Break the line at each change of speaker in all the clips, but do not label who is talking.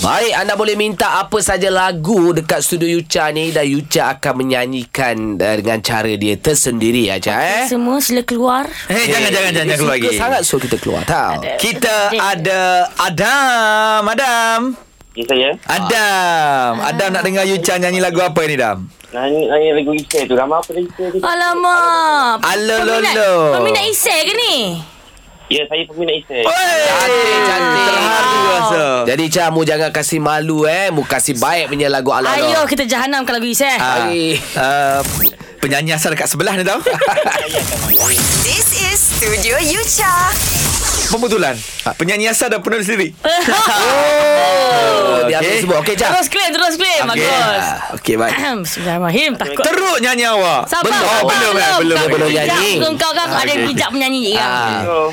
Baik, anda boleh minta apa saja lagu dekat studio Yucha ni dan Yucha akan menyanyikan uh, dengan cara dia tersendiri aja eh.
Semua sila keluar.
Hei, Eh, jangan, jangan, jangan,
Dia
jangan keluar
Eh, suka
lagi.
sangat suruh kita keluar tau.
Kita ada Adam. Adam.
Ya saya
Adam. Adam nak dengar Yucha nyanyi lagu apa ni, Dam?
Nanya, nanya lagu Isya tu Nama apa lagu Isya tu
Alamak.
Alololo.
Peminat- Peminat Isai ke ni?
Ya saya peminat Isya
Cantik,
cantik.
Terharu rasa.
Jadi Cha, mu jangan kasih malu eh. Mu kasih baik punya lagu ala
Ayo kita jahanam kalau Isai.
Ah,
Hai.
ah, penyanyi asal dekat sebelah ni, Dam.
This is Studio Yucha.
Pembetulan. Ah, Penyanyi asal dan penulis lirik.
Dia
Okey.
okay. sebut. Okey, Cha.
Terus claim, terus claim. Bagus.
Ah, Okey, baik.
Bismillahirrahmanirrahim. Takut.
Teruk nyanyi awak.
Sabar.
Belum. Oh, belum, eh, belum.
Kau
belum
bijak
nyanyi.
ke Kau kan ada yang bijak menyanyi kan?
Ah.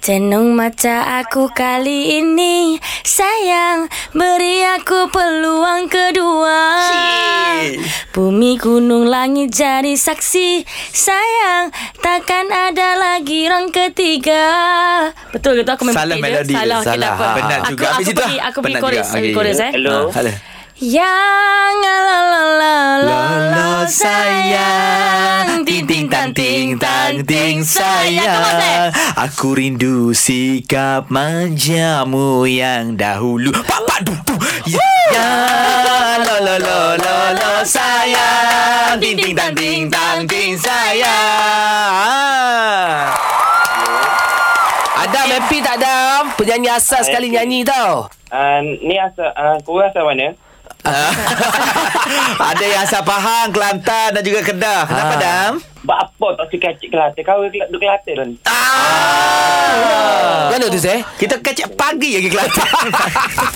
Tenung mata aku kali ini Sayang beri aku peluang kedua Bumi gunung langit jadi saksi Sayang takkan ada lagi orang ketiga Betul ke tu aku main
Salah
petik je?
melodi dia,
Salah, okay,
salah.
tak apa.
Penat
aku,
juga.
Aku,
Habis situ
pergi,
lah.
aku pergi
Penat
chorus
juga.
Pergi
Okey.
chorus eh
Hello.
Ah, Hello.
yang la la la la la
La, la,
sayang ting ting tang ting tang ting sayang
Aku rindu sikap manjamu yang dahulu Pak pak du du Ya ya, la la la la la sayang Ting ting tang ting tang ting sayang
Adam happy tak Adam? Penyanyi asal sekali
happy.
nyanyi tau.
uh, Ni asal uh, Korang asal mana
Ada yang asal Pahang, Kelantan dan juga Kedah Kenapa
Ah.
Dam?
Bapa tak suka kacik Kelantan Kau kel- duduk Kelantan kan
Ah.
Mana tu Zeh?
Kita kacik pagi lagi Kelantan